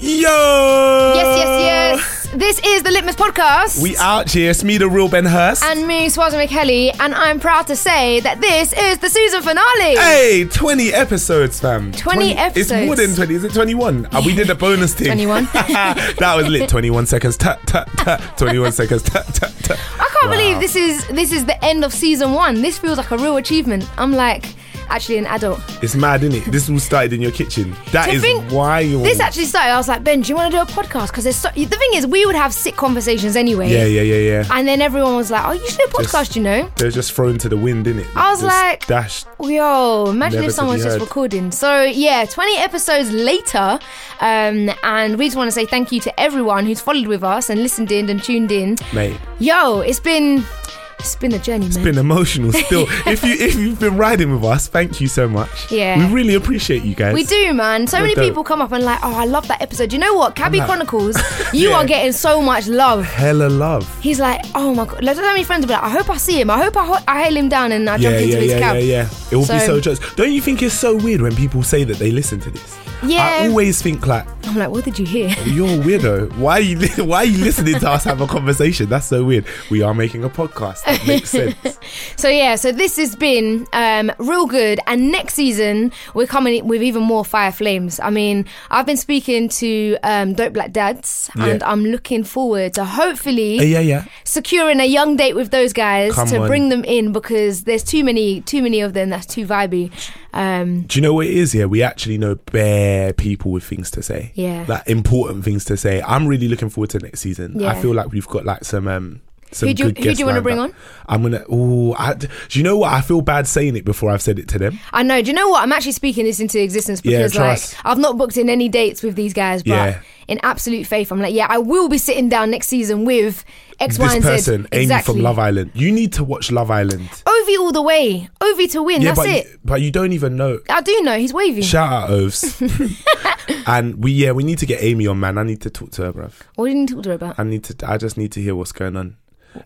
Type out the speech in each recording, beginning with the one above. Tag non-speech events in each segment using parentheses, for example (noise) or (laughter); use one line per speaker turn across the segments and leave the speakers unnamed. Yo!
Yes, yes, yes. This is the Litmus Podcast.
We out here. It's me, the real Ben Hurst.
and me, Swazi McKelly, and I'm proud to say that this is the season finale.
hey, 20 episodes, fam.
20
It's more than
episodes.
20. Is it 21? Uh, we did a bonus thing.
21.
(laughs) that was lit. 21 seconds. Tut, tut, tut. 21 seconds. Tut, tut, tut.
I can't believe this is this is the end of season one. This feels like a real achievement. I'm like actually an adult.
It's mad, innit? This all started in your kitchen. That
To
is
think-
wild.
This actually started. I was like, Ben, do you want to do a podcast? Because there's so, the thing is, we would have sick conversations anyway.
Yeah, yeah, yeah, yeah.
And then everyone was like, oh, you should do a podcast,
Just-
you know?
They're just thrown to the wind, innit?
I was
Just
like-
Dash.
Yo, imagine
Never
if
to
someone's
be
just
heard.
recording. So yeah, 20 episodes later, um, and we just want to say thank you to everyone who's followed with us and listened in and tuned in.
Mate.
Yo, it's been it's been a journey, man.
Been emotional
(laughs)
still. if you if you've been riding with us, thank you so much.
Yeah.
we really appreciate you guys.
we do, man. So
You're
many
dope.
people come up and like, oh, I love that episode. You know what? Cabby
like- (laughs)
Chronicles, you
Yeah.
are getting so much love.
Hella love.
He's like, oh my god. Like, so many friends will be like, I hope I see him. I hope I, ho- I hail him down and I jump into
yeah,
his
yeah,
cab.
Yeah, yeah, It will be
So-
so jokes. Don't you think it's so weird when people say that they listen to this? I
Yeah.
always think like,
I'm like, what did you hear?
you're a weirdo. Why are you li- (laughs) why are you listening to us have a conversation? That's so weird. We are making a podcast. That
(laughs)
makes sense.
So yeah, so this has been um, real good, and next season we're coming with even more fire flames. I mean, I've been speaking to um, dope black dads, and
Yeah.
I'm looking forward to hopefully
Uh, yeah, yeah.
securing a young date with those guys
Come
to
on.
bring them in because there's too many, too many of them. That's too vibey. Um,
Do you know what it is? Yeah, we actually know bare people with things to say.
Yeah.
Like important things to say. I'm really looking forward to next season.
Yeah.
I feel like we've got like some um some
Who do you-
good
who do you
guests
wanna
lined
bring
up.
on?
I'm gonna. Oh, do you know what? I feel bad saying it before I've said it to them.
I know. Do you know what? I'm actually speaking this into existence
Yeah,
because like
trust.
I've not booked in any dates with these guys, but
Yeah.
in absolute faith, I'm like, yeah, I will be sitting down next season with X, Y,
this
and Z.
person, Amy from Love Island. You need to watch Love Island.
Ovi all the way. Ovi to win. that's
but
it.
You, but you don't even
(laughs)
know.
I do know he's wavy.
Shout out Oves.
(laughs)
and we yeah, we need to get Amy on, man. I need to talk to her, bruv.
what did you talk to her about?
I need to I just need to hear what's going on.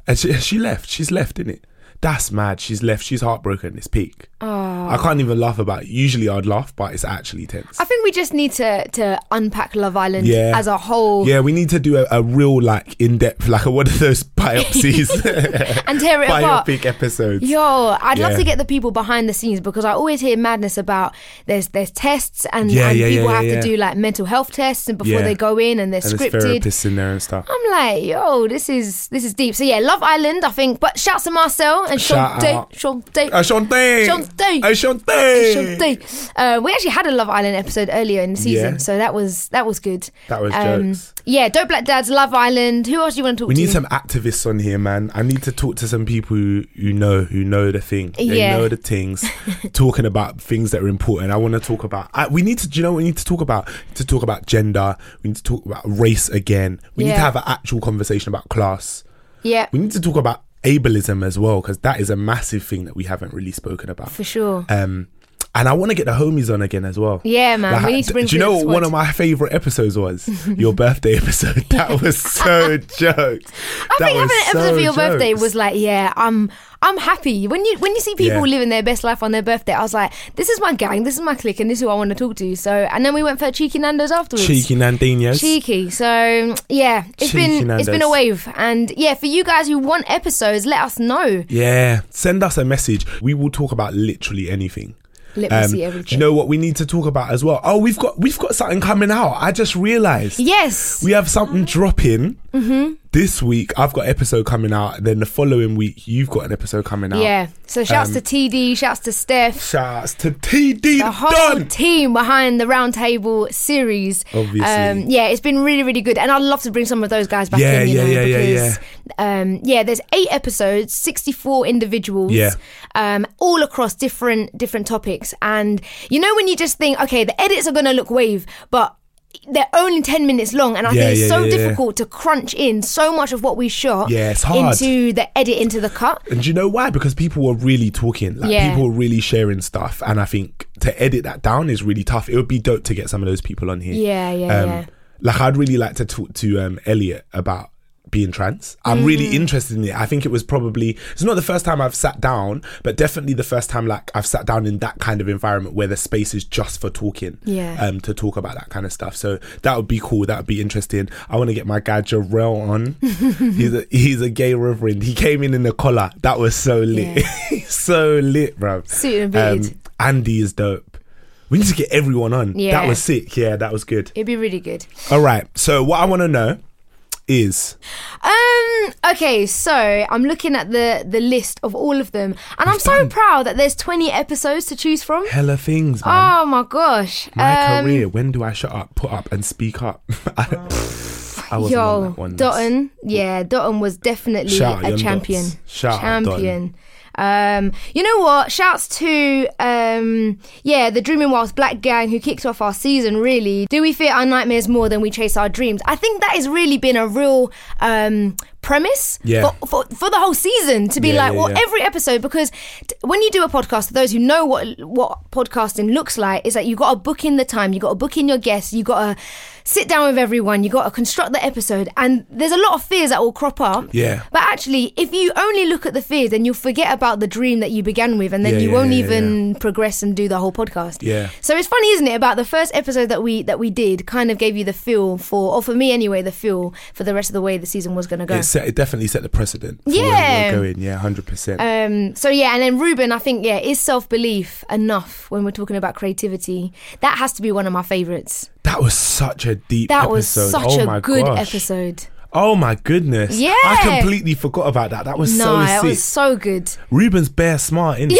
And she, she left. She's left, innit? That's mad. She's left. She's heartbroken. It's peak. I can't even laugh about it. Usually I'd laugh, but it's actually tense.
Oh. I think we just need to to unpack Love Island
yeah.
as a whole
Yeah, we need to do a, a real like in depth like (laughs) one of
(laughs)
those biopsies.
and tear it
(laughs)
apart.
Biopic episodes.
Yo, I'd love
Yeah.
to get the people behind the scenes because I always hear madness about there's there's tests and,
Yeah,
and
yeah,
people
yeah,
have
yeah.
to do like mental health tests and before
Yeah.
they go in and they're
and there's
scripted.
therapists in there and stuff.
I'm like, yo, this is this is deep. So yeah, Love Island, I think. But shouts to Marcel and Sean
Shout
Day,
out.
Sean Day,
Uh, Shantae.
Shantae.
Uh, Shantae.
Shantae. Uh, we actually had a Love Island episode earlier in the season,
Yeah.
so that was that was good. Um,
That was jokes.
Yeah, Dope Black Dads, Love Island. Who else do you want to talk
We
to?
need some activists on here, man. I need to talk to some people who, who know, who know the thing. They
Yeah.
know the
(laughs)
things, talking about things that are important. I want to talk about. I, we need to, do you know, what we need to talk about to talk about gender. We need to talk about race again. We need to
Yeah.
have an actual conversation about class.
yeah,
We need to talk about ableism as well because that is a massive thing that we haven't really spoken about
for sure.
um And I want to get the homies on again as well.
Yeah, man, we need to
d-
bring
Do you
through
know
the
what one
squad.
of my favorite episodes was
(laughs)
your birthday episode? That was so jokes.
I think having an episode for your birthday was like, yeah, I'm I'm happy. When you when you see people
Yeah.
living their best life on their birthday, I was like, this is my gang, this is my clique, and this is who I want to talk to. So, and then we went for cheeky Nando's afterwards.
cheeky Nandinos.
Cheeky. So yeah, it's
Cheeky
been it's been a
Nando's.
wave, and yeah, for you guys who want episodes, let us know.
Yeah, send us a message. We will talk about literally anything. Um,
Let me see
do you
everything.
know what we need to talk about as well? Oh, we've got we've got something coming out. I just realised.
Yes, Mm-hmm.
We have something dropping this week. I've got episode coming out. Then the following week, you've got an episode coming out. Um,
yeah. So shouts to TD, shouts to Steph.
Shouts to TD
The whole
Dunn.
team behind the Roundtable series.
Obviously.
Um, yeah, it's been really, really good. And I'd love to bring some of those guys back
Yeah,
in, you
yeah,
know,
yeah, yeah,
because Um, yeah, there's eight episodes, sixty four individuals.
Yeah.
Um, all across different different topics. And you know when you just think, okay, the edits are gonna look wave, but they're only ten minutes long, and I
Yeah,
think it's
yeah,
so
yeah, yeah.
difficult to crunch in so much of what we shot
Yeah, it's hard.
into the edit, into the cut.
And do you know why? Because people were really talking. Like
Yeah.
people were really sharing stuff. And I think to edit that down is really tough. It would be dope to get some of those people on here.
Yeah, yeah,
um,
yeah.
Like I'd really like to talk to um, Elliot about being trans. I'm
Mm.
really interested in it. I think it was probably it's not the first time I've sat down, but definitely the first time like I've sat down in that kind of environment where the space is just for talking.
Yeah.
Um, to talk about that kind of stuff. So that would be cool. That would be interesting. I want to get my guy Jarrell
(laughs)
on. he's a he's a gay reverend. He came in in a collar. That was so lit. (laughs) so lit, bro. Um,
Suit and beard.
Andy is dope. We need to get everyone on.
Yeah.
That was sick. Yeah, that was good.
It'd be really good.
All right. So what I want to know is
Um. Okay. So I'm looking at the the list of all of them, and I'm so proud that there's 20 episodes to choose from.
hella things, man.
Oh my gosh.
My
Um,
career. When do I shut up, put up, and speak up? (laughs) I, I wasn't on
Yo,
that one.
Dotton. Yeah, Dotton was definitely
Shout out
a
Young
champion.
Dots. Shout out
champion. Um, you know what? Shouts to um, yeah, the Dreaming Whilst Black Gang who kicked off our season. Really, do we fear our nightmares more than we chase our dreams? I think that has really been a real um, premise
Yeah.
for, for for the whole season to be
Yeah,
like,
yeah,
well,
yeah.
every episode because t- when you do a podcast, for those who know what what podcasting looks like, is that you got to book in the time, you got to book in your guests, you got to sit down with everyone, you got to construct the episode, and there's a lot of fears that will crop up.
Yeah.
But actually, if you only look at the fears, then you'll forget about the dream that you began with, and then
Yeah,
you
yeah,
won't
yeah,
even progress and do the whole podcast.
Yeah.
So it's funny, isn't it? About the first episode that we that we did, kind of gave you the feel for, or for me anyway, the feel for the rest of the way the season was going to go.
It, set, it definitely set the precedent. For
Yeah.
Where we were going. Yeah, 100%.
Um, so yeah, and then Ruben, I think yeah, is self belief enough when we're talking about creativity? That has to be one of my favorites.
that was such a deep
That
episode.
was such
oh
a
my
good
gosh.
episode.
Oh my goodness.
Yeah.
I completely forgot about that. That was
no,
so
it
sick.
was so good.
Ruben's bare smart,
(laughs)
is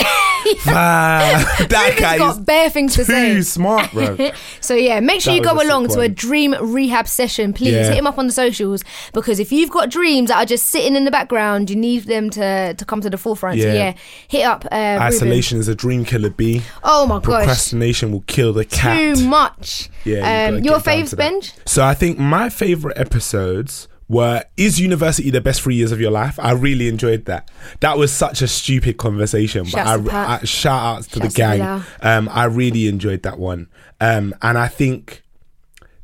that
Ruben's
guy
got
is
bare things to
too
say.
smart,
(laughs)
bro.
So yeah, make sure
That
you
was
go
a sick
along to a
one.
dream rehab session. Please
Yeah.
hit him up on the socials because if you've got dreams that are just sitting in the background, you need them to to come to the forefront. So
Yeah.
yeah, hit up uh, Ruben.
Isolation is a dream killer, B.
Oh my gosh,
Procrastination will kill the cat.
too much.
Yeah, you
um,
gotta
your
get down
faves,
to that.
Benj?
So I think my favorite episodes were Is University the Best Three Years of Your Life? I really enjoyed that. That was such a stupid conversation, but
Shouts
I,
to Pat.
I shout outs to
Shouts to
the gang.
Bilal.
um, I really enjoyed that one. Um, and I think,